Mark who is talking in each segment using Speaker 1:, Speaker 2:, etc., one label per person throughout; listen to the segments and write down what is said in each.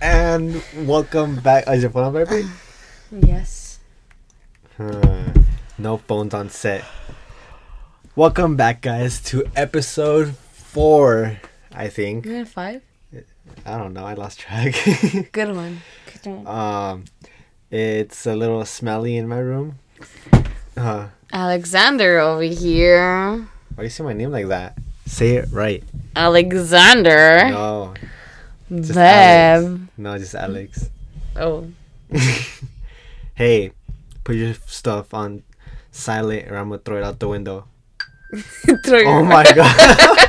Speaker 1: and welcome back. Is your phone on vibrate?
Speaker 2: Yes.
Speaker 1: Huh. Hmm. no phones on set. Welcome back, guys, to episode four. I think
Speaker 2: You had five?
Speaker 1: I don't know. I lost track.
Speaker 2: Good one. Good one.
Speaker 1: um, it's a little smelly in my room. Uh,
Speaker 2: Alexander over here.
Speaker 1: why do you say my name like that? Say it right.
Speaker 2: Alexander.
Speaker 1: No, just Alex.
Speaker 2: Bev.
Speaker 1: No, just Alex.
Speaker 2: Oh.
Speaker 1: hey, put your stuff on silent, or I'm gonna throw it out the window.
Speaker 2: Throw your-
Speaker 1: Oh my god.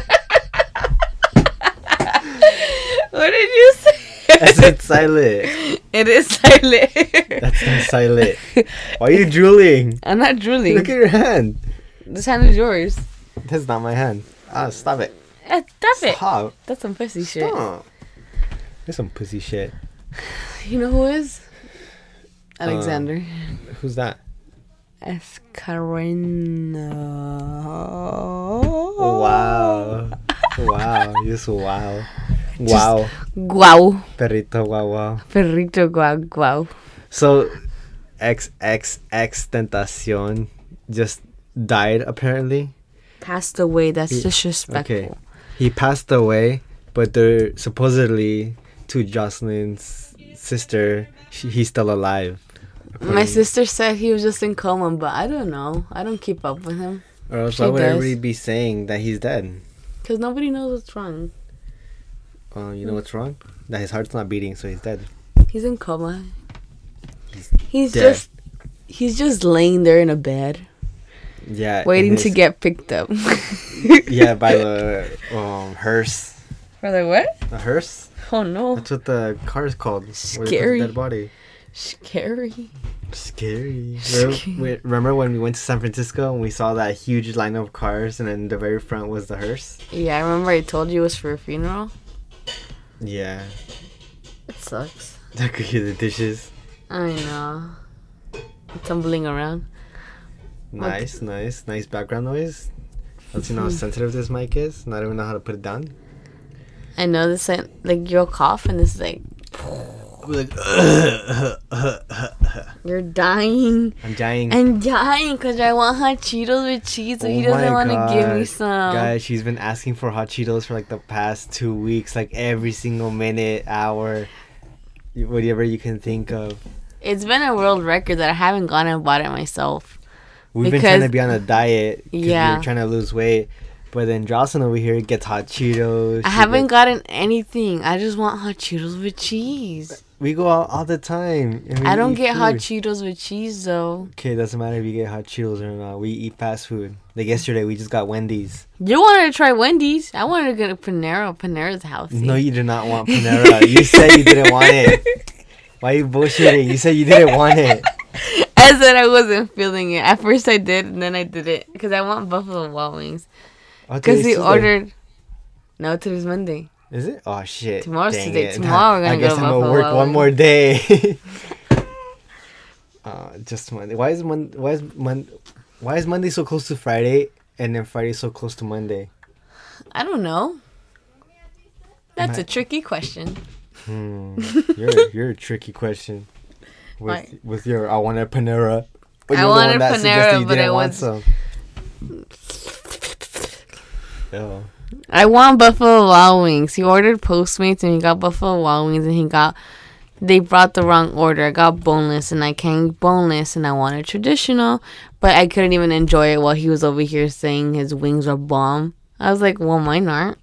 Speaker 2: What did you say?
Speaker 1: I said silent.
Speaker 2: it is silent.
Speaker 1: That's not silent. Why are you drooling?
Speaker 2: I'm not drooling.
Speaker 1: Look at your hand.
Speaker 2: This hand is yours.
Speaker 1: That's not my hand. Ah, stop it.
Speaker 2: Eh, Stop it.
Speaker 1: Stop.
Speaker 2: That's some pussy shit.
Speaker 1: Stop. There's some pussy shit.
Speaker 2: You know who is?
Speaker 1: Uh,
Speaker 2: Alexander.
Speaker 1: Who's that?
Speaker 2: Escarino.
Speaker 1: Wow. Wow. Just wow. Wow.
Speaker 2: Guau.
Speaker 1: Perrito, wow, wow.
Speaker 2: Perrito guau guau.
Speaker 1: So, XXX Tentacion just died apparently.
Speaker 2: Passed away. That's
Speaker 1: Yeah,
Speaker 2: disrespectful.
Speaker 1: Okay. He passed away, but they're supposedly to Jocelyn's sister, she, he's still alive.
Speaker 2: My sister said he was just in coma, but I don't know. I don't keep up with him
Speaker 1: Or else,
Speaker 2: she
Speaker 1: why would
Speaker 2: does.
Speaker 1: everybody be saying that he's dead?
Speaker 2: because nobody knows what's wrong.
Speaker 1: Uh, you
Speaker 2: Hmm.
Speaker 1: know what's wrong? That his heart's not beating, so he's dead.
Speaker 2: He's in coma.
Speaker 1: He's
Speaker 2: He's
Speaker 1: dead.
Speaker 2: just he's just laying there in a bed,
Speaker 1: Yeah. and
Speaker 2: waiting to
Speaker 1: his-
Speaker 2: get picked up.
Speaker 1: Yeah, by the um, hearse.
Speaker 2: For the what?
Speaker 1: A hearse?
Speaker 2: Oh no!
Speaker 1: That's what the car is called. where they put the
Speaker 2: Scary.
Speaker 1: Dead body.
Speaker 2: Scary.
Speaker 1: Scary.
Speaker 2: Scary.
Speaker 1: Remember, we- remember when we went to San Francisco and we saw that huge line of cars, and then the very front was the hearse?
Speaker 2: Yeah, I remember I told you it was for a funeral.
Speaker 1: Yeah.
Speaker 2: It sucks.
Speaker 1: That could hear the dishes.
Speaker 2: I know. Tumbling around.
Speaker 1: Nice, nice, nice background noise. Let's
Speaker 2: Hmm.
Speaker 1: see how sensitive this mic is. and I don't even know how to put it down.
Speaker 2: I know this like, like you'll cough and it's like
Speaker 1: I'll be like,
Speaker 2: you're dying.
Speaker 1: I'm dying.
Speaker 2: I'm dying because I want hot Cheetos with cheese, but he
Speaker 1: Oh my
Speaker 2: doesn't want to give me
Speaker 1: God.
Speaker 2: some.
Speaker 1: Guys, she's been asking for hot Cheetos for like the past two weeks, like every single minute, hour, whatever you can think of.
Speaker 2: It's been a world record that I haven't gone and bought it myself.
Speaker 1: We've been trying to
Speaker 2: Because-
Speaker 1: be on a diet. 'cause
Speaker 2: Yeah.
Speaker 1: We were trying to lose weight. But then Jocelyn over here gets hot Cheetos.
Speaker 2: I
Speaker 1: she
Speaker 2: haven't
Speaker 1: gets-
Speaker 2: gotten anything. I just want hot Cheetos with cheese.
Speaker 1: we go out all the time. and we
Speaker 2: I don't
Speaker 1: eat
Speaker 2: get hot
Speaker 1: food.
Speaker 2: Cheetos with cheese though.
Speaker 1: Okay, it doesn't matter if you get hot Cheetos or not. We eat fast food. Like yesterday, we just got Wendy's.
Speaker 2: You wanted to try Wendy's. I wanted to go to Panera. Panera's house.
Speaker 1: No, you did not want Panera. you said you didn't want it. Why you bullshitting? You said you didn't want it.
Speaker 2: I said I wasn't feeling it. At first I did, and then I didn't because I want buffalo wild wings.
Speaker 1: Oh,
Speaker 2: Because
Speaker 1: today's
Speaker 2: he
Speaker 1: Tuesday.
Speaker 2: ordered. No, today's Monday.
Speaker 1: Is it? Oh shit!
Speaker 2: Tomorrow's
Speaker 1: Dang
Speaker 2: today.
Speaker 1: it.
Speaker 2: Tomorrow we're
Speaker 1: I
Speaker 2: gonna go
Speaker 1: guess
Speaker 2: to
Speaker 1: I'm gonna
Speaker 2: Buffalo
Speaker 1: work
Speaker 2: Wild
Speaker 1: one
Speaker 2: Wings.
Speaker 1: more day. uh, just Monday. Why is Mon? Why is Mon? Why is Monday so close to Friday, and then Friday so close to Monday?
Speaker 2: I don't know. That's a tricky question.
Speaker 1: Hmm. You're you're a tricky question. With
Speaker 2: Why?
Speaker 1: with your I want a Panera. But
Speaker 2: I
Speaker 1: you're the
Speaker 2: want
Speaker 1: one
Speaker 2: a
Speaker 1: that suggested
Speaker 2: Panera,
Speaker 1: you
Speaker 2: but
Speaker 1: didn't
Speaker 2: I
Speaker 1: want
Speaker 2: was-
Speaker 1: some. Ew.
Speaker 2: I want Buffalo Wild Wings. He ordered Postmates and he got Buffalo Wild Wings and he got. They brought the wrong order. I got boneless and I can't eat boneless and I wanted traditional, but I couldn't even enjoy it while he was over here saying his wings are bomb. I was like, well, mine aren't.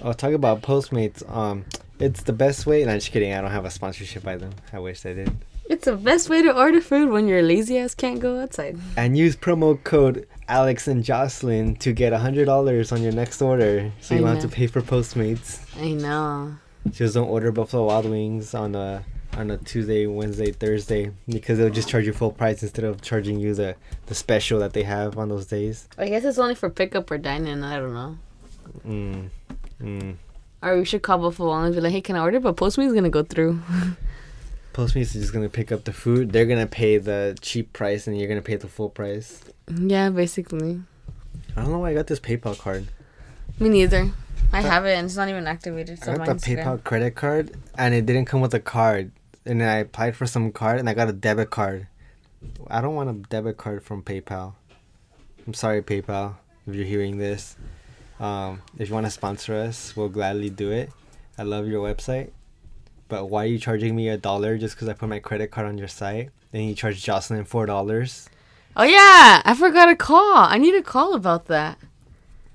Speaker 1: Oh, talk about Postmates. Um, it's the best way. And I'm just kidding. I don't have a sponsorship by them. I wish I did.
Speaker 2: It's the best way to order food when your lazy ass can't go outside.
Speaker 1: and use promo code Alex and Jocelyn to get hundred dollars on your next order. So you won't have to
Speaker 2: Amen.
Speaker 1: pay for Postmates.
Speaker 2: I know.
Speaker 1: Just don't order Buffalo Wild Wings on a on a Tuesday, Wednesday, Thursday because they'll just charge you full price instead of charging you the the special that they have on those days.
Speaker 2: I guess it's only for pickup or dining. I don't know.
Speaker 1: Mm. Mm.
Speaker 2: Or we should call Buffalo Wild Wings and be like, hey, can I order? But Postmates is gonna go through.
Speaker 1: Postmates is just gonna pick up the food. They're gonna pay the cheap price, and you're gonna pay the full price.
Speaker 2: yeah, basically.
Speaker 1: I don't know why I got this PayPal card.
Speaker 2: Me neither. I have it and it's not even activated. So
Speaker 1: I
Speaker 2: my
Speaker 1: got the
Speaker 2: Instagram.
Speaker 1: PayPal credit card and it didn't come with a card. And then I applied for some card and I got a debit card. I don't want a debit card from PayPal. I'm sorry, PayPal, if you're hearing this. Um, if you want to sponsor us, we'll gladly do it. I love your website. But why are you charging me a dollar just because I put my credit card on your site? Then you charge Jocelyn $4.
Speaker 2: Oh yeah, I forgot a call. I need a call about that.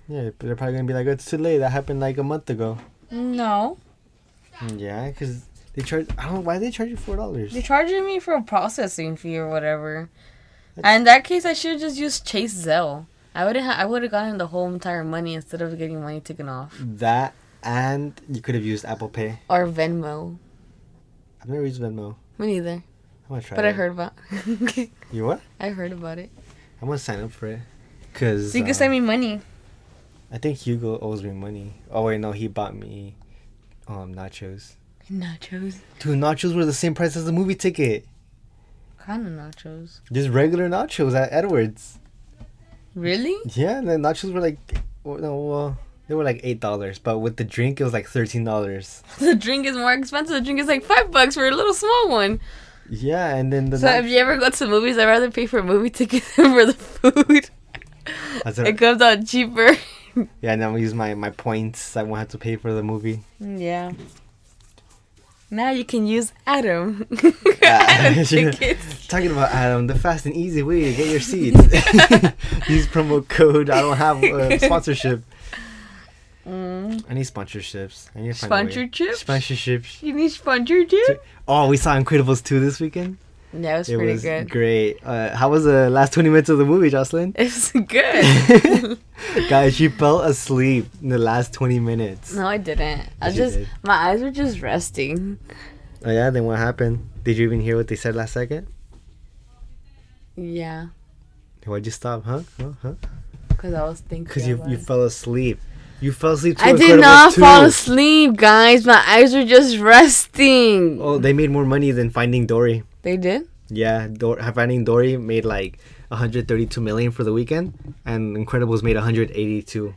Speaker 1: Yeah, but they're probably going to be like, it's too late. That happened like a month ago. Mm,
Speaker 2: No,
Speaker 1: Yeah, because they charge, I don't know why they charge you $4.
Speaker 2: they're charging me for a processing fee or whatever. And in that case, I should just use Chase Zelle. I wouldn't. Ha- I would have gotten the whole entire money instead of getting money taken off
Speaker 1: That and you could have used Apple Pay.
Speaker 2: or Venmo.
Speaker 1: I've never used Venmo.
Speaker 2: Me neither,
Speaker 1: I'm gonna try.
Speaker 2: but I
Speaker 1: it.
Speaker 2: heard about.
Speaker 1: you what?
Speaker 2: I heard about it.
Speaker 1: I'm gonna sign up for it. Cause
Speaker 2: So you
Speaker 1: um,
Speaker 2: can send me money.
Speaker 1: I think Hugo owes me money. Oh wait, no, he bought me um nachos.
Speaker 2: Nachos.
Speaker 1: Dude, nachos were the same price as the movie ticket.
Speaker 2: Kind of nachos.
Speaker 1: Just regular nachos at Edwards.
Speaker 2: Really?
Speaker 1: Yeah, and the nachos were like, well, no, well, they were like eight dollars, but with the drink it was like thirteen dollars.
Speaker 2: The drink is more expensive. The drink is like five bucks for a little small one.
Speaker 1: Yeah, and then the
Speaker 2: So if you ever go to movies, I'd rather pay for a movie ticket than for the food.
Speaker 1: That's
Speaker 2: It
Speaker 1: it.
Speaker 2: comes out cheaper.
Speaker 1: yeah, and I'm gonna use my my points. I won't have to pay for the movie.
Speaker 2: Mm, Yeah. Now you can use Adam.
Speaker 1: Yeah.
Speaker 2: Adam tickets.
Speaker 1: Talking about Adam, the fast and easy way to get your seats. Use promo code. I don't have uh, sponsorship.
Speaker 2: Mm.
Speaker 1: I need sponsorships. I need to find a way.
Speaker 2: Sponsorships?
Speaker 1: Sponsorships.
Speaker 2: You need sponsorship?
Speaker 1: Oh, we saw Incredibles 2 this weekend.
Speaker 2: That was
Speaker 1: it
Speaker 2: pretty
Speaker 1: was
Speaker 2: good.
Speaker 1: great. Uh, how was the last 20 minutes of the movie, Jocelyn?
Speaker 2: It was good.
Speaker 1: Guys, she fell asleep in the last 20 minutes.
Speaker 2: no, I didn't. I
Speaker 1: Yes, you
Speaker 2: just
Speaker 1: did.
Speaker 2: my eyes were just resting.
Speaker 1: Oh, yeah? Then what happened? Did you even hear what they said last second?
Speaker 2: Yeah,
Speaker 1: Why'd you stop, huh? Huh? Huh?
Speaker 2: because I was thinking.
Speaker 1: Because you,
Speaker 2: about
Speaker 1: you
Speaker 2: it.
Speaker 1: fell asleep. You fell asleep to
Speaker 2: I did
Speaker 1: Incredibles
Speaker 2: not
Speaker 1: 2.
Speaker 2: fall asleep, guys. My eyes were just resting.
Speaker 1: Oh, they made more money than Finding Dory.
Speaker 2: They did?
Speaker 1: Yeah, Dor- Finding Dory made like 132 million for the weekend, and Incredibles made 182.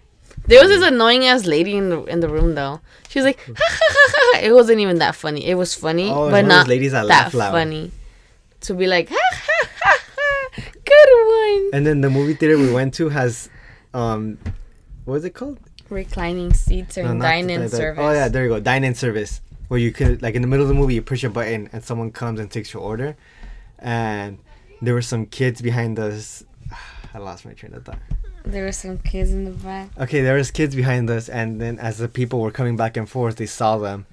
Speaker 2: There was this annoying ass lady in the in the room though. She was like, ha, ha, ha, ha, ha. it wasn't even that funny. It was funny,
Speaker 1: Oh, it's one
Speaker 2: but
Speaker 1: of
Speaker 2: not
Speaker 1: those ladies that
Speaker 2: that
Speaker 1: laugh loud.
Speaker 2: funny. To be like, ha, ha, ha, ha. good one.
Speaker 1: And then the movie theater we went to has, um, what is it called?
Speaker 2: Reclining seats
Speaker 1: No,
Speaker 2: and
Speaker 1: not
Speaker 2: dine-in
Speaker 1: the- the-
Speaker 2: service.
Speaker 1: Oh yeah, there you go, dine-in service, where you could like in the middle of the movie you push a button and someone comes and takes your order, and there were some kids behind us. I lost my train of thought.
Speaker 2: There were some kids in the back.
Speaker 1: Okay, there was kids behind us, and then as the people were coming back and forth, they saw them,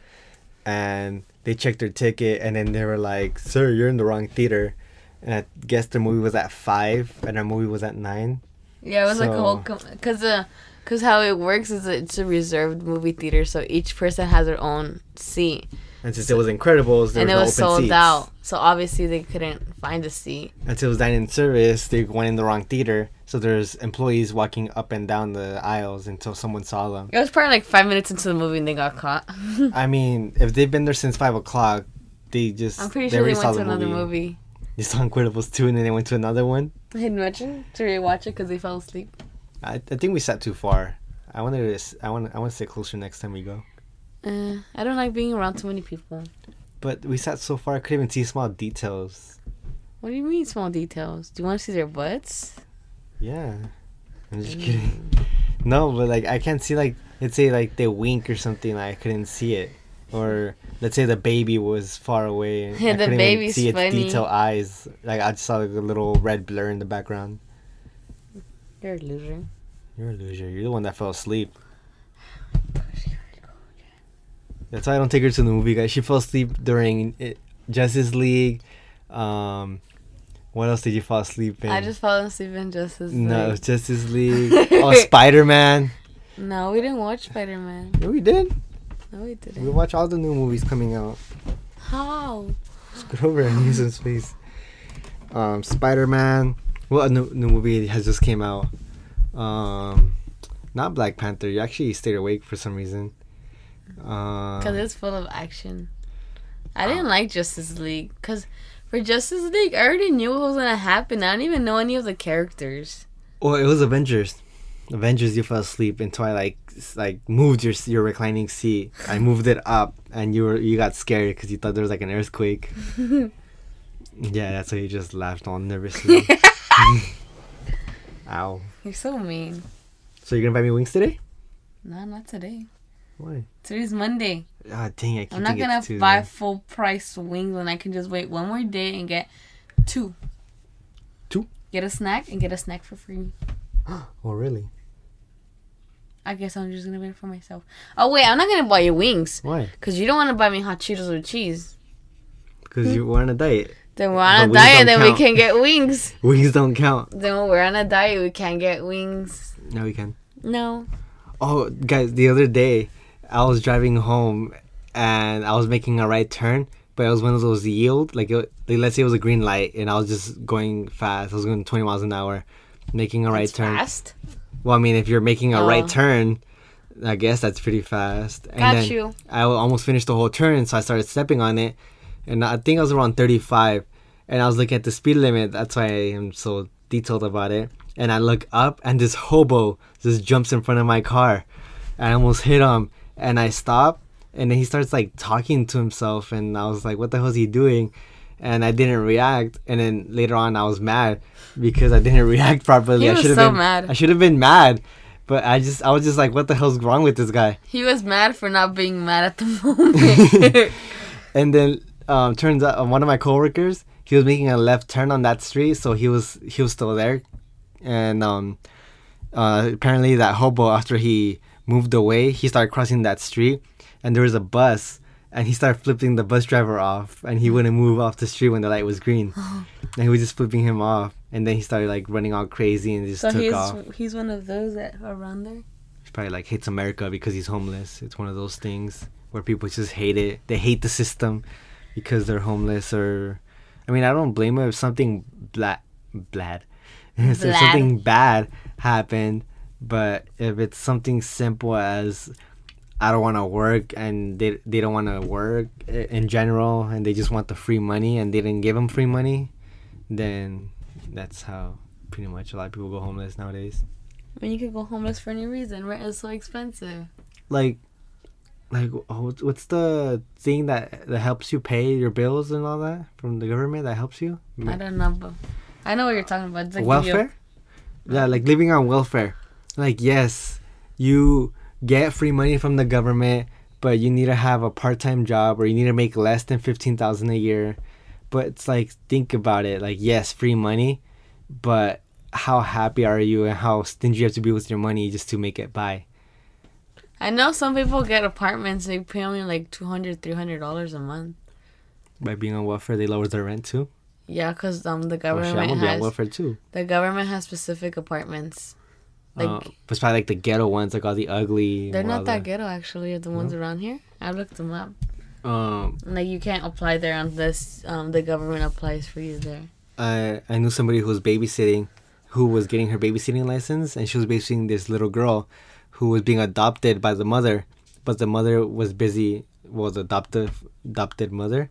Speaker 1: and they checked their ticket, and then they were like, "Sir, you're in the wrong theater." And I guess the movie was at five, and our movie was at nine.
Speaker 2: Yeah, it was like a whole
Speaker 1: So-
Speaker 2: because uh, because how it works is it's a reserved movie theater, so each person has their own seat,
Speaker 1: And since it was Incredibles, there
Speaker 2: and it
Speaker 1: was
Speaker 2: was
Speaker 1: no open
Speaker 2: sold
Speaker 1: seats.
Speaker 2: out. So obviously they couldn't find a seat.
Speaker 1: Until it was dining service, they went in the wrong theater, so there's employees walking up and down the aisles until someone saw them.
Speaker 2: It was probably like five minutes into the movie and they got caught. I'm
Speaker 1: I mean, if they've been there since five o'clock, they just
Speaker 2: pretty sure
Speaker 1: already
Speaker 2: they
Speaker 1: saw
Speaker 2: went to
Speaker 1: the
Speaker 2: another movie.
Speaker 1: They saw Incredibles two, and then they went to another one.
Speaker 2: I had mentioned to rewatch it because they fell asleep.
Speaker 1: I, I think we sat too far. I wanted to. s- I want. I want to sit closer next time we go.
Speaker 2: Uh, I don't like being around too many people.
Speaker 1: But we sat so far, I couldn't even see small details.
Speaker 2: What do you mean small details? Do you want to see their butts?
Speaker 1: Yeah, I'm
Speaker 2: Mm.
Speaker 1: just kidding. No, but like I can't see like let's say like they wink or something. I couldn't see it. Or let's say the baby was far away. and
Speaker 2: Yeah,
Speaker 1: I
Speaker 2: the
Speaker 1: couldn't even
Speaker 2: baby's
Speaker 1: see
Speaker 2: funny.
Speaker 1: its detail eyes. Like I just saw like a little red blur in the background.
Speaker 2: You're a loser.
Speaker 1: You're a loser. You're the one that fell asleep. That's why I don't take her to the movie, guys. She fell asleep during it, Justice League. Um, what else did you fall asleep in?
Speaker 2: I just fell asleep in Justice League.
Speaker 1: no, it was Justice League. oh, Spider Man.
Speaker 2: No, we didn't watch Spider Man.
Speaker 1: Yeah, we did.
Speaker 2: No, we
Speaker 1: We
Speaker 2: didn't.
Speaker 1: watch all the new movies coming out.
Speaker 2: How?
Speaker 1: Scoot over and use his face. Um, Spider Man. Well, a new, new movie has just came out. Um, not Black Panther. You actually stayed awake for some reason. Um,
Speaker 2: Because it's full of action. I
Speaker 1: Ah.
Speaker 2: didn't like Justice League. Because for Justice League, I already knew what was going to happen. I don't even know any of the characters.
Speaker 1: Oh, it was Avengers. Avengers, you fell asleep until I like s- like moved your s- your reclining seat. I moved it up, and you were you got scared because you thought there was like an earthquake. yeah, that's why you just laughed all nervously. Ow!
Speaker 2: You're so mean.
Speaker 1: So you're gonna buy me wings today?
Speaker 2: No, not today.
Speaker 1: Why?
Speaker 2: Today's Monday.
Speaker 1: Ah, dang! I keep
Speaker 2: I'm not
Speaker 1: thinking
Speaker 2: gonna
Speaker 1: it's Tuesday.
Speaker 2: buy full price wings and I can just wait one more day and get two.
Speaker 1: Two?
Speaker 2: Get a snack and get a snack for free.
Speaker 1: Oh really?
Speaker 2: I guess I'm just gonna wait for myself. Oh wait, I'm not gonna buy you wings.
Speaker 1: Why?
Speaker 2: Cause you don't wanna buy me hot Cheetos with cheese.
Speaker 1: Because you were on a diet.
Speaker 2: Then we're
Speaker 1: But
Speaker 2: on a
Speaker 1: wings don't
Speaker 2: diet, then
Speaker 1: count.
Speaker 2: we can get wings.
Speaker 1: Wings don't count.
Speaker 2: Then when we're on a diet, we can't get wings.
Speaker 1: No, we can.
Speaker 2: No.
Speaker 1: Oh, guys, the other day I was driving home and I was making a right turn, but it was one of those yield, like, it, like let's say it was a green light and I was just going fast. I was going 20 miles an hour, making a right
Speaker 2: It's
Speaker 1: turn.
Speaker 2: fast.
Speaker 1: Well, I mean, if you're making a right
Speaker 2: Oh.
Speaker 1: turn, I guess that's pretty fast. And
Speaker 2: Got
Speaker 1: then
Speaker 2: you.
Speaker 1: I wa- almost finished the whole turn, so I started stepping on it, and I think I was around 35, and I was looking at the speed limit. That's why I am so detailed about it. And I look up, and this hobo just jumps in front of my car, and I almost hit him. And I stop, and then he starts like talking to himself, and I was like, "What the hell is he doing?" And I didn't react, and then later on I was mad because I didn't react properly.
Speaker 2: He
Speaker 1: I
Speaker 2: was
Speaker 1: should've
Speaker 2: so
Speaker 1: been,
Speaker 2: mad.
Speaker 1: I should have been mad, but I just I was just like, "What the hell's wrong with this guy?"
Speaker 2: He was mad for not being mad at the moment.
Speaker 1: And then um, turns out uh, one of my coworkers, he was making a left turn on that street, so he was he was still there, and um, uh, apparently that hobo after he moved away, he started crossing that street, and there was a bus, and he started flipping the bus driver off, and he wouldn't move off the street when the light was green, and he was just flipping him off, and then he started like running all crazy and just
Speaker 2: so
Speaker 1: took
Speaker 2: he's
Speaker 1: off.
Speaker 2: he's one of those that around there.
Speaker 1: He's probably like hates America because he's homeless. It's one of those things where people just hate it. They hate the system because they're homeless or I mean, I don't blame him if something bla- blad if
Speaker 2: Blad.
Speaker 1: something bad happened, but if it's something simple as I don't want to work and they they don't want to work i- in general and they just want the free money and they didn't give them free money, then that's how pretty much a lot of people go homeless nowadays.
Speaker 2: I mean, you could go homeless for any reason. Rent is so expensive.
Speaker 1: like like oh, what's- what's the thing that that helps you pay your bills and all that from the government that helps you
Speaker 2: I don't know, but I know what you're talking about. It's like you-
Speaker 1: welfare yeah like living on welfare like yes you get free money from the government but you need to have a part-time job or you need to make less than 15000 a year but it's like think about it like yes free money but how happy are you and how stingy you have to be with your money just to make it by
Speaker 2: I know some people get apartments. They pay only like 200 dollars a month.
Speaker 1: by being on welfare they lower their rent too
Speaker 2: Yeah, cause um the
Speaker 1: oh, shit, i'm
Speaker 2: government
Speaker 1: gonna be on
Speaker 2: has
Speaker 1: welfare too
Speaker 2: the government has specific apartments. Like
Speaker 1: Like, Uh, it's probably like the ghetto ones, like all the ugly.
Speaker 2: they're
Speaker 1: and all
Speaker 2: not that
Speaker 1: the-
Speaker 2: ghetto actually. The ones around here, I looked them up.
Speaker 1: Um,
Speaker 2: Like you can't apply there unless um the government applies for you there.
Speaker 1: I I knew somebody who was babysitting, who was getting her babysitting license, and she was babysitting this little girl, who was being adopted by the mother, but the mother was busy. Was adoptive adopted mother,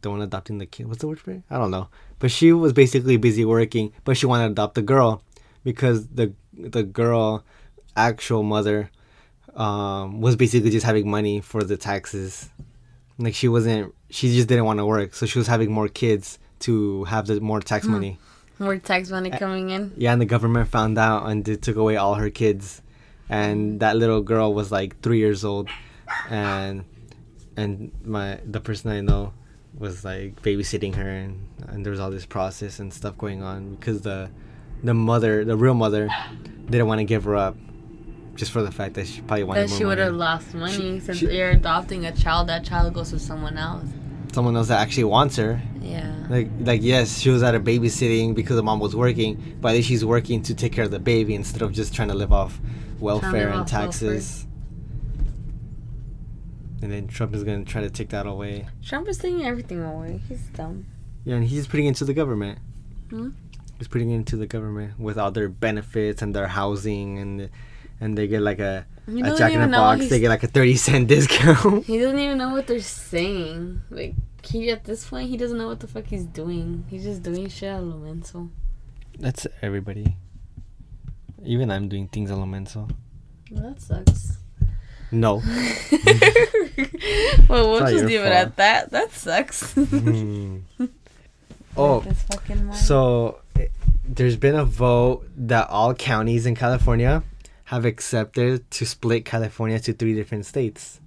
Speaker 1: the one adopting the kid. What's the word for it? I don't know. But she was basically busy working, but she wanted to adopt the girl, because the the girl, actual mother, um, was basically just having money for the taxes. Like she wasn't, she just didn't want to work, so she was having more kids to have the more tax
Speaker 2: Hmm.
Speaker 1: money.
Speaker 2: More tax money
Speaker 1: Eh.
Speaker 2: coming in.
Speaker 1: Yeah, and the government found out and they took away all her kids, and that little girl was like three years old, and and my the person I know was like babysitting her, and and there was all this process and stuff going on because the the mother, the real mother, didn't want to give her up, just for the fact that she probably wanted
Speaker 2: That
Speaker 1: more
Speaker 2: she would
Speaker 1: money.
Speaker 2: have lost money since
Speaker 1: she-
Speaker 2: you're adopting a child. That child goes to someone else.
Speaker 1: someone else that actually wants her.
Speaker 2: Yeah.
Speaker 1: Like, like yes, she was at a babysitting because the mom was working, but at least she's working to take care of the baby instead of just trying to live off welfare and
Speaker 2: off
Speaker 1: taxes. And then Trump is gonna try to take that away.
Speaker 2: Trump is taking everything away. He's dumb.
Speaker 1: Yeah, and he's putting it into the government.
Speaker 2: Hmm?
Speaker 1: He's putting it into the government with all their benefits and their housing and and they get like a,
Speaker 2: He
Speaker 1: a
Speaker 2: doesn't
Speaker 1: jack in
Speaker 2: even
Speaker 1: the
Speaker 2: know what
Speaker 1: box, they
Speaker 2: he's,
Speaker 1: get like a thirty cent discount.
Speaker 2: he doesn't even know what they're saying. Like he at this point he doesn't know what the fuck he's doing. He's just doing shit out of the mental.
Speaker 1: That's everybody. Even I'm doing things a Lomenzo.
Speaker 2: Well, that sucks.
Speaker 1: No.
Speaker 2: well, we'll
Speaker 1: not
Speaker 2: just
Speaker 1: your
Speaker 2: leave it
Speaker 1: fault.
Speaker 2: at that. That sucks.
Speaker 1: Hmm. Oh,
Speaker 2: This fucking mind.
Speaker 1: so eh, there's been a vote that all counties in California have accepted to split California to three different states.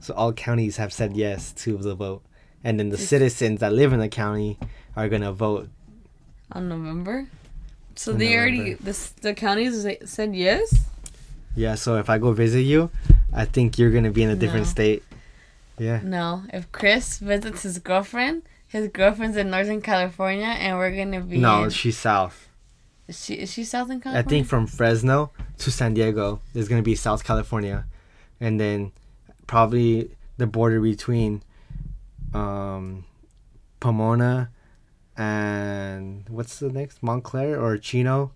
Speaker 1: So all counties have said yes to the vote. And then the citizens that live in the county are going to vote.
Speaker 2: on November. So
Speaker 1: In
Speaker 2: they already
Speaker 1: November.
Speaker 2: the s- the counties sa- said yes.
Speaker 1: Yeah, so if I go visit you, I think you're going to be in a different
Speaker 2: No.
Speaker 1: state. Yeah.
Speaker 2: No, if Chris visits his girlfriend, his girlfriend's in Northern California, and we're gonna be
Speaker 1: No,
Speaker 2: in-
Speaker 1: she's south.
Speaker 2: is she is she Southern
Speaker 1: I
Speaker 2: California?
Speaker 1: think from Fresno to San Diego is going to be South California. And then probably the border between um, Pomona and what's the next? Montclair or Chino.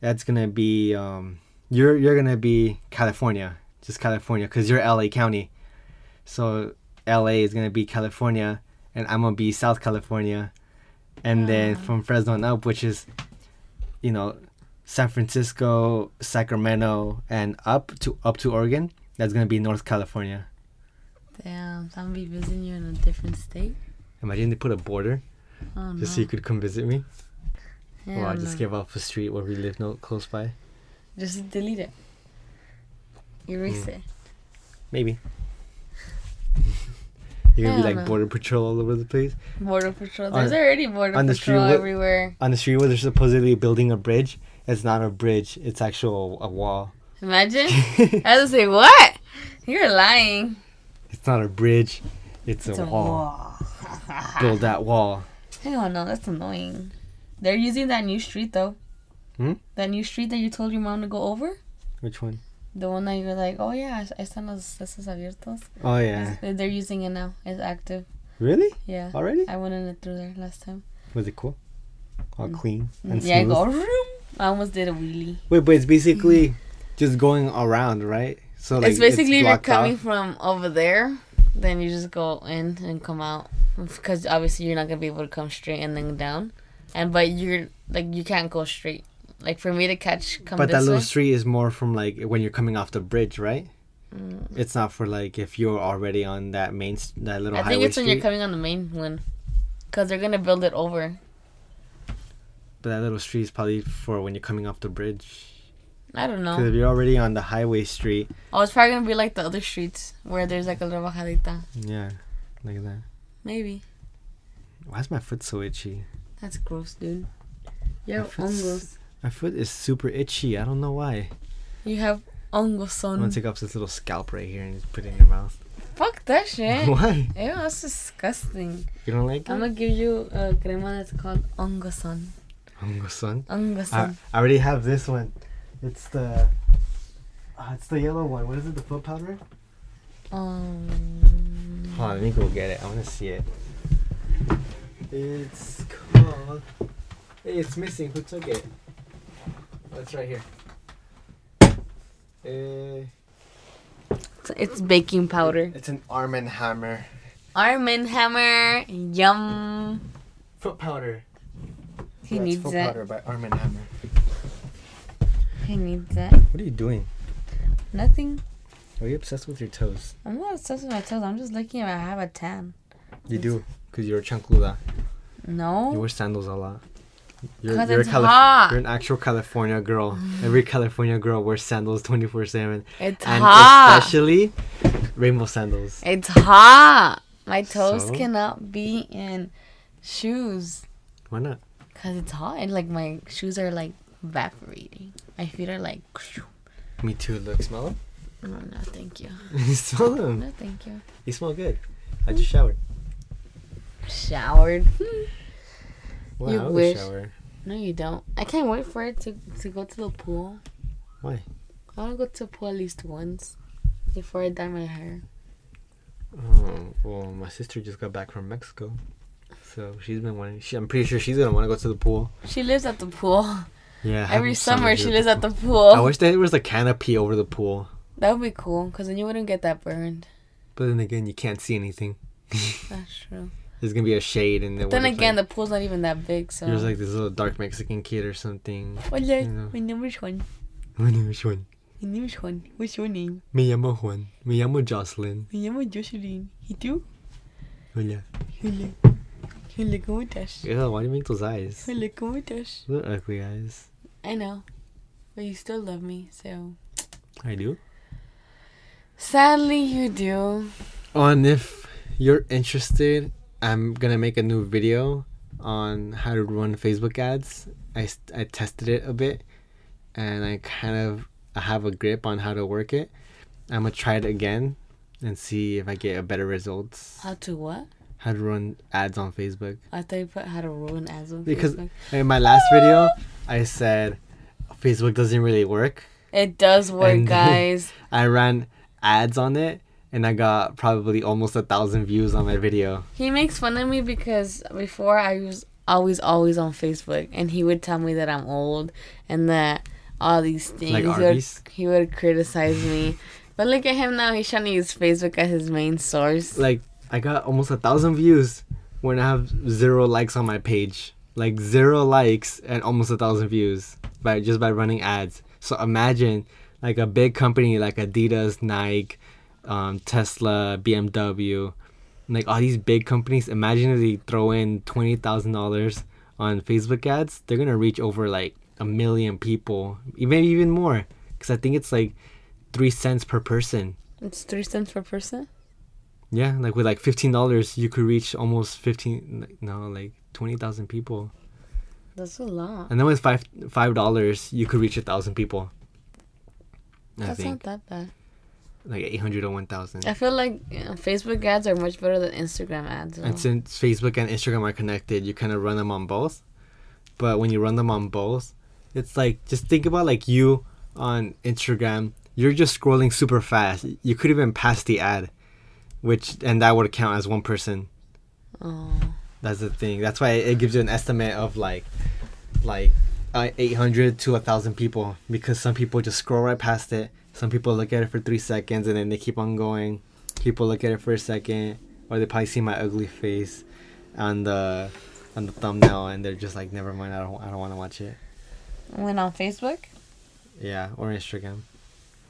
Speaker 1: That's going to be, um, you're, you're going to be California, just California, because you're LA County. So LA is going to be California, and I'm going to be South California. And then from Fresno on up, which is, you know, San Francisco, Sacramento, and up to up to Oregon. That's gonna be North California.
Speaker 2: Damn, so I'm gonna be visiting you in a different state.
Speaker 1: Imagine they put a border
Speaker 2: Oh no.
Speaker 1: just so you could come visit me.
Speaker 2: Hell
Speaker 1: or I just
Speaker 2: no.
Speaker 1: gave off a street where we live no close by.
Speaker 2: Just delete it. Erase
Speaker 1: Mm.
Speaker 2: it.
Speaker 1: Maybe. You're gonna be
Speaker 2: Hell
Speaker 1: like
Speaker 2: no.
Speaker 1: border patrol all over the place.
Speaker 2: Border patrol.
Speaker 1: On-
Speaker 2: There's already border
Speaker 1: on the street
Speaker 2: patrol
Speaker 1: with-
Speaker 2: everywhere.
Speaker 1: On the street where they're supposedly building a bridge, it's not a bridge. It's actual a wall.
Speaker 2: Imagine.
Speaker 1: it's
Speaker 2: I was like, what? You're lying.
Speaker 1: not a bridge. It's, a, wall. Build that wall.
Speaker 2: Hell no, that's annoying. They're using that new street though.
Speaker 1: Hmm?
Speaker 2: That new street that you told your mom to go over.
Speaker 1: Which one?
Speaker 2: The one that you're like, oh yeah, I están los esos abiertos.
Speaker 1: Oh yeah.
Speaker 2: It's- They're using it now. It's active.
Speaker 1: Really?
Speaker 2: Yeah.
Speaker 1: Already?
Speaker 2: I went in it through there last time.
Speaker 1: Was it cool? All clean and
Speaker 2: Mm. yeah, I
Speaker 1: smooth.
Speaker 2: go. Room. I almost did a wheelie.
Speaker 1: Wait, but it's basically just going around, right? So
Speaker 2: it's basically if you're
Speaker 1: blocked
Speaker 2: coming
Speaker 1: off.
Speaker 2: from over there, then you just go in and come out because obviously you're not gonna be able to come straight and then down, and but you're like you can't go straight. Like for me to catch come
Speaker 1: But that
Speaker 2: this
Speaker 1: little
Speaker 2: way.
Speaker 1: street is more from like when you're coming off the bridge, right?
Speaker 2: mm,
Speaker 1: It's not for like if you're already on that main s- that little
Speaker 2: I
Speaker 1: highway
Speaker 2: think it's when
Speaker 1: street.
Speaker 2: you're coming on the main one, because they're gonna build it over.
Speaker 1: but that little street is probably for when you're coming off the bridge.
Speaker 2: I don't
Speaker 1: 'Cause
Speaker 2: know.
Speaker 1: if you're already on the highway street,
Speaker 2: Oh, it's probably gonna be like the other streets where there's like a little bajadita.
Speaker 1: yeah, like that.
Speaker 2: Maybe.
Speaker 1: Why is my foot so itchy?
Speaker 2: That's gross, dude. You have
Speaker 1: If it's-
Speaker 2: hongos.
Speaker 1: My foot is super itchy. I don't know why.
Speaker 2: You have hongos
Speaker 1: I'm gonna
Speaker 2: on.
Speaker 1: take off this little scalp right here and just put it in your mouth.
Speaker 2: Fuck that shit. Ew,
Speaker 1: why?
Speaker 2: that's disgusting.
Speaker 1: You don't like
Speaker 2: I'm
Speaker 1: it?
Speaker 2: gonna give you a crema that's called ongosan.
Speaker 1: Hongo-san? I,
Speaker 2: Ongosan.
Speaker 1: I already have this one. It's the uh, it's the yellow one. What is it? The foot powder?
Speaker 2: Um,
Speaker 1: Hold on, let me go get it. I want to see it. It's called. Hey, It's missing. Who took it? Oh, it's right here. Uh,
Speaker 2: it's- it's baking powder.
Speaker 1: It's an Arm and Hammer
Speaker 2: Arm and Hammer. Yum.
Speaker 1: foot powder.
Speaker 2: He
Speaker 1: Yeah, it's
Speaker 2: needs
Speaker 1: foot
Speaker 2: that.
Speaker 1: powder by Arm and Hammer.
Speaker 2: He needs that.
Speaker 1: What are you doing?
Speaker 2: Nothing.
Speaker 1: Are you obsessed with your toes?
Speaker 2: I'm not obsessed with my toes. I'm just looking if I have a tan.
Speaker 1: You do, cause you're a chancluda. You
Speaker 2: No.
Speaker 1: wear sandals a lot. You're,
Speaker 2: 'Cause
Speaker 1: you're, a
Speaker 2: it's
Speaker 1: Calif-
Speaker 2: hot.
Speaker 1: you're an actual California girl. Every California girl wears sandals 24 7.
Speaker 2: It's
Speaker 1: And
Speaker 2: hot.
Speaker 1: especially rainbow sandals.
Speaker 2: It's hot. My toes
Speaker 1: So?
Speaker 2: cannot be in shoes
Speaker 1: Why not?
Speaker 2: because it's hot. And like my shoes are like evaporating. My feet are like.
Speaker 1: Me too. Look, smell them.
Speaker 2: No, no, thank you.
Speaker 1: smell them.
Speaker 2: No, thank you.
Speaker 1: You smell good. I just showered.
Speaker 2: Showered.
Speaker 1: Wow,
Speaker 2: You
Speaker 1: I always
Speaker 2: wish.
Speaker 1: shower.
Speaker 2: no, you don't. I can't wait for it to, to go to the pool.
Speaker 1: Why?
Speaker 2: I want to go to the pool at least once before I dye my hair.
Speaker 1: Oh, well, my sister just got back from Mexico. So she's been wanting. She, I'm pretty sure she's gonna want to go to the pool.
Speaker 2: She lives at the pool.
Speaker 1: Yeah. have
Speaker 2: Every
Speaker 1: your
Speaker 2: summer, she
Speaker 1: do
Speaker 2: lives at the
Speaker 1: pool. I
Speaker 2: pool.
Speaker 1: wish there was a canopy over the pool,
Speaker 2: That would be cool because then you wouldn't get that burned.
Speaker 1: but then again, you can't see anything.
Speaker 2: That's true.
Speaker 1: There's gonna be a shade, and then
Speaker 2: Then
Speaker 1: what if,
Speaker 2: again,
Speaker 1: like,
Speaker 2: the pool's not even that big, so.
Speaker 1: There's like this little dark Mexican kid or something.
Speaker 2: Hola,
Speaker 1: you know.
Speaker 2: my number's one.
Speaker 1: My name is Juan.
Speaker 2: My name is Juan. What's your name?
Speaker 1: Me llamo Juan. Me llamo Jocelyn.
Speaker 2: Me llamo Jocelyn. ¿Y tú?
Speaker 1: Hola.
Speaker 2: Hola. Hola, ¿cómo estás?
Speaker 1: Ew, why do you make those eyes?
Speaker 2: Hola, ¿cómo estás?
Speaker 1: Those are ugly eyes.
Speaker 2: I know. But you still love me, so.
Speaker 1: I do.
Speaker 2: Sadly, you do.
Speaker 1: On if you're interested, I'm gonna make a new video on how to run Facebook ads. I, s- I tested it a bit, and I kind of I have a grip on how to work it. I'm gonna try it again and see if I get a better results.
Speaker 2: How to what?
Speaker 1: How to run ads on Facebook.
Speaker 2: I thought you put how to ruin ads on
Speaker 1: Because-
Speaker 2: Facebook.
Speaker 1: In my last video, I said Facebook doesn't really work.
Speaker 2: It does work,
Speaker 1: And-
Speaker 2: guys.
Speaker 1: I ran ads on it, and I got probably almost a thousand views on my video.
Speaker 2: He makes fun of me because before I was always, always on Facebook, and he would tell me that I'm old and that all these things.
Speaker 1: Like
Speaker 2: he, would,
Speaker 1: Arby's?
Speaker 2: he would criticize me. But look at him now. He's trying to use Facebook as his main source.
Speaker 1: Like I got almost a thousand views when I have zero likes on my page. Like zero likes and almost a thousand views by just by running ads. So imagine like a big company like Adidas, Nike, um, Tesla, BMW, like all these big companies. Imagine if they throw in twenty thousand dollars on Facebook ads, they're gonna reach over like a million people, maybe even more. Cause I think it's like three cents per person.
Speaker 2: It's three cents per person.
Speaker 1: Yeah, like with like fifteen dollars, you could reach almost fifteen. like, No, like twenty thousand people.
Speaker 2: That's a lot.
Speaker 1: And then with five five dollars, you could reach a thousand people. I
Speaker 2: That's
Speaker 1: think
Speaker 2: not that bad.
Speaker 1: like eight hundred or one thousand.
Speaker 2: I feel like uh, Facebook ads are much better than Instagram ads. though.
Speaker 1: And since Facebook and Instagram are connected, you kind of run them on both. But when you run them on both, it's like just think about like you on Instagram. You're just scrolling super fast. You could even pass the ad, which and that would count as one person.
Speaker 2: Oh.
Speaker 1: That's the thing. That's why it gives you an estimate of like, like, uh, eight hundred to a thousand people because some people just scroll right past it. Some people look at it for three seconds and then they keep on going. People look at it for a second, or they probably see my ugly face on the on the thumbnail and they're just like, never mind. I don't I don't want to watch it.
Speaker 2: When on Facebook,
Speaker 1: Yeah, or Instagram.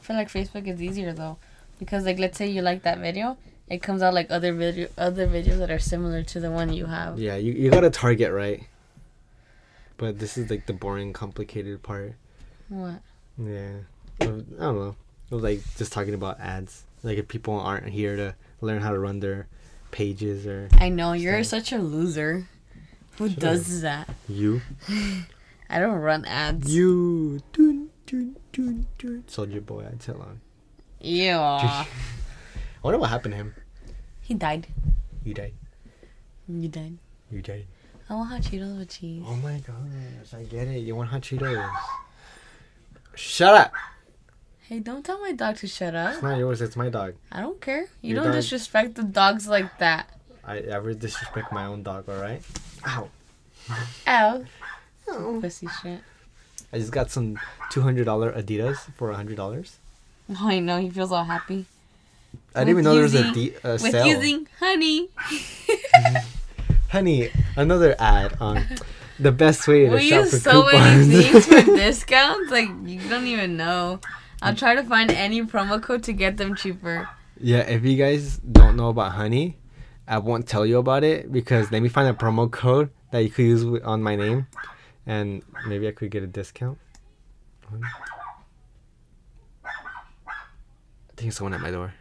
Speaker 2: I feel like Facebook is easier though, because like let's say you like that video, it comes out like other video other videos that are similar to the one you have.
Speaker 1: Yeah, you you gotta target right. But this is like the boring, complicated part.
Speaker 2: What?
Speaker 1: Yeah. Of- I don't know. Of, Like just talking about ads. Like if people aren't here to learn how to run their pages or
Speaker 2: I know you're
Speaker 1: Same.
Speaker 2: such a loser. Who
Speaker 1: Sure.
Speaker 2: does that?
Speaker 1: you.
Speaker 2: I don't run ads.
Speaker 1: You dun, dun, dun, dun. Soldier boy, I tell on.
Speaker 2: Ew.
Speaker 1: I wonder what happened to him.
Speaker 2: he died.
Speaker 1: You died.
Speaker 2: You died.
Speaker 1: You died.
Speaker 2: I want hot Cheetos with cheese.
Speaker 1: Oh my gosh, I get it. You want hot Cheetos. Shut up!
Speaker 2: Hey, don't tell my dog to shut
Speaker 1: It's
Speaker 2: up.
Speaker 1: not yours, it's my dog.
Speaker 2: I don't care. You
Speaker 1: Your
Speaker 2: don't
Speaker 1: dog-
Speaker 2: disrespect the dogs like that.
Speaker 1: I ever disrespect my own dog, alright? Ow.
Speaker 2: Ow. Pussy shit.
Speaker 1: I just got some $200 Adidas for $100.
Speaker 2: Oh, I know. He feels all happy.
Speaker 1: I didn't even
Speaker 2: With
Speaker 1: know there was a,
Speaker 2: using-
Speaker 1: de- a
Speaker 2: With
Speaker 1: sale.
Speaker 2: using honey.
Speaker 1: Honey, another ad on the best way to
Speaker 2: We
Speaker 1: shop for
Speaker 2: use so
Speaker 1: coupons.
Speaker 2: many things for discounts. Like, you don't even know. I'll try to find any promo code to get them cheaper.
Speaker 1: yeah, if you guys don't know about honey, I won't tell you about it because let me find a promo code that you could use wi- on my name, and maybe I could get a discount. I think it's someone at my door.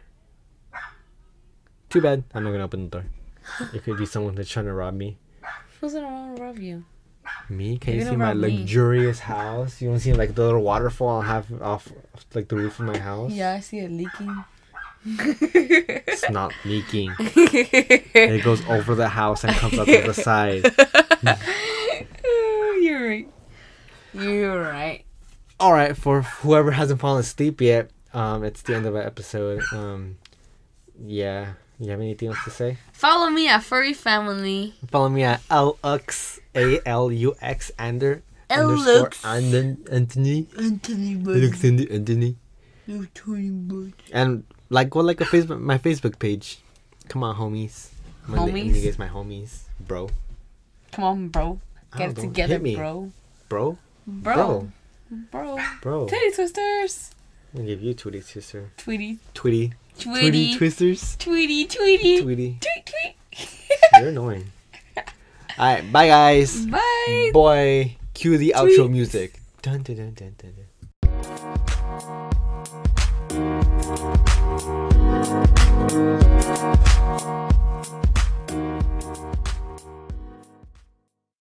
Speaker 1: Too bad. I'm not gonna open the door. It could be someone that's trying to rob me.
Speaker 2: Who's gonna want to rob you?
Speaker 1: Me? Can you
Speaker 2: You're
Speaker 1: see
Speaker 2: gonna
Speaker 1: my
Speaker 2: rob me.
Speaker 1: luxurious house? You don't see like the little waterfall I have off off, like the roof of my house?
Speaker 2: Yeah, I see it leaking.
Speaker 1: It's not leaking. it goes over the house and comes out the other side.
Speaker 2: You're right. You're right.
Speaker 1: All right, for whoever hasn't fallen asleep yet, um, it's the end of our episode. Um, yeah, you have anything else to say?
Speaker 2: Follow me at Furry Family.
Speaker 1: Follow me at lux a l u x ander underscore
Speaker 2: Lux.
Speaker 1: Anden- Anthony
Speaker 2: Anthony
Speaker 1: Alexander Anthony. And like go like a Facebook my Facebook page. Come on, homies. I'm gonna- I'm gonna
Speaker 2: Homies?
Speaker 1: get my homies, bro,
Speaker 2: Come on, bro.
Speaker 1: Oh,
Speaker 2: Get it
Speaker 1: don't
Speaker 2: together,
Speaker 1: hit me.
Speaker 2: bro.
Speaker 1: bro,
Speaker 2: Bro. Bro.
Speaker 1: Bro,
Speaker 2: Titty twisters.
Speaker 1: I'm gonna give you Tweety Twister.
Speaker 2: Tweety.
Speaker 1: Tweety. Tweety
Speaker 2: Tweety.
Speaker 1: Twisters.
Speaker 2: Tweety. Tweety. Tweet.
Speaker 1: Tweety.
Speaker 2: Tweet.
Speaker 1: You're annoying. Alright, bye guys.
Speaker 2: Bye.
Speaker 1: Boy, cue the
Speaker 2: Tweet.
Speaker 1: outro music. Dun, dun, dun, dun, dun, dun.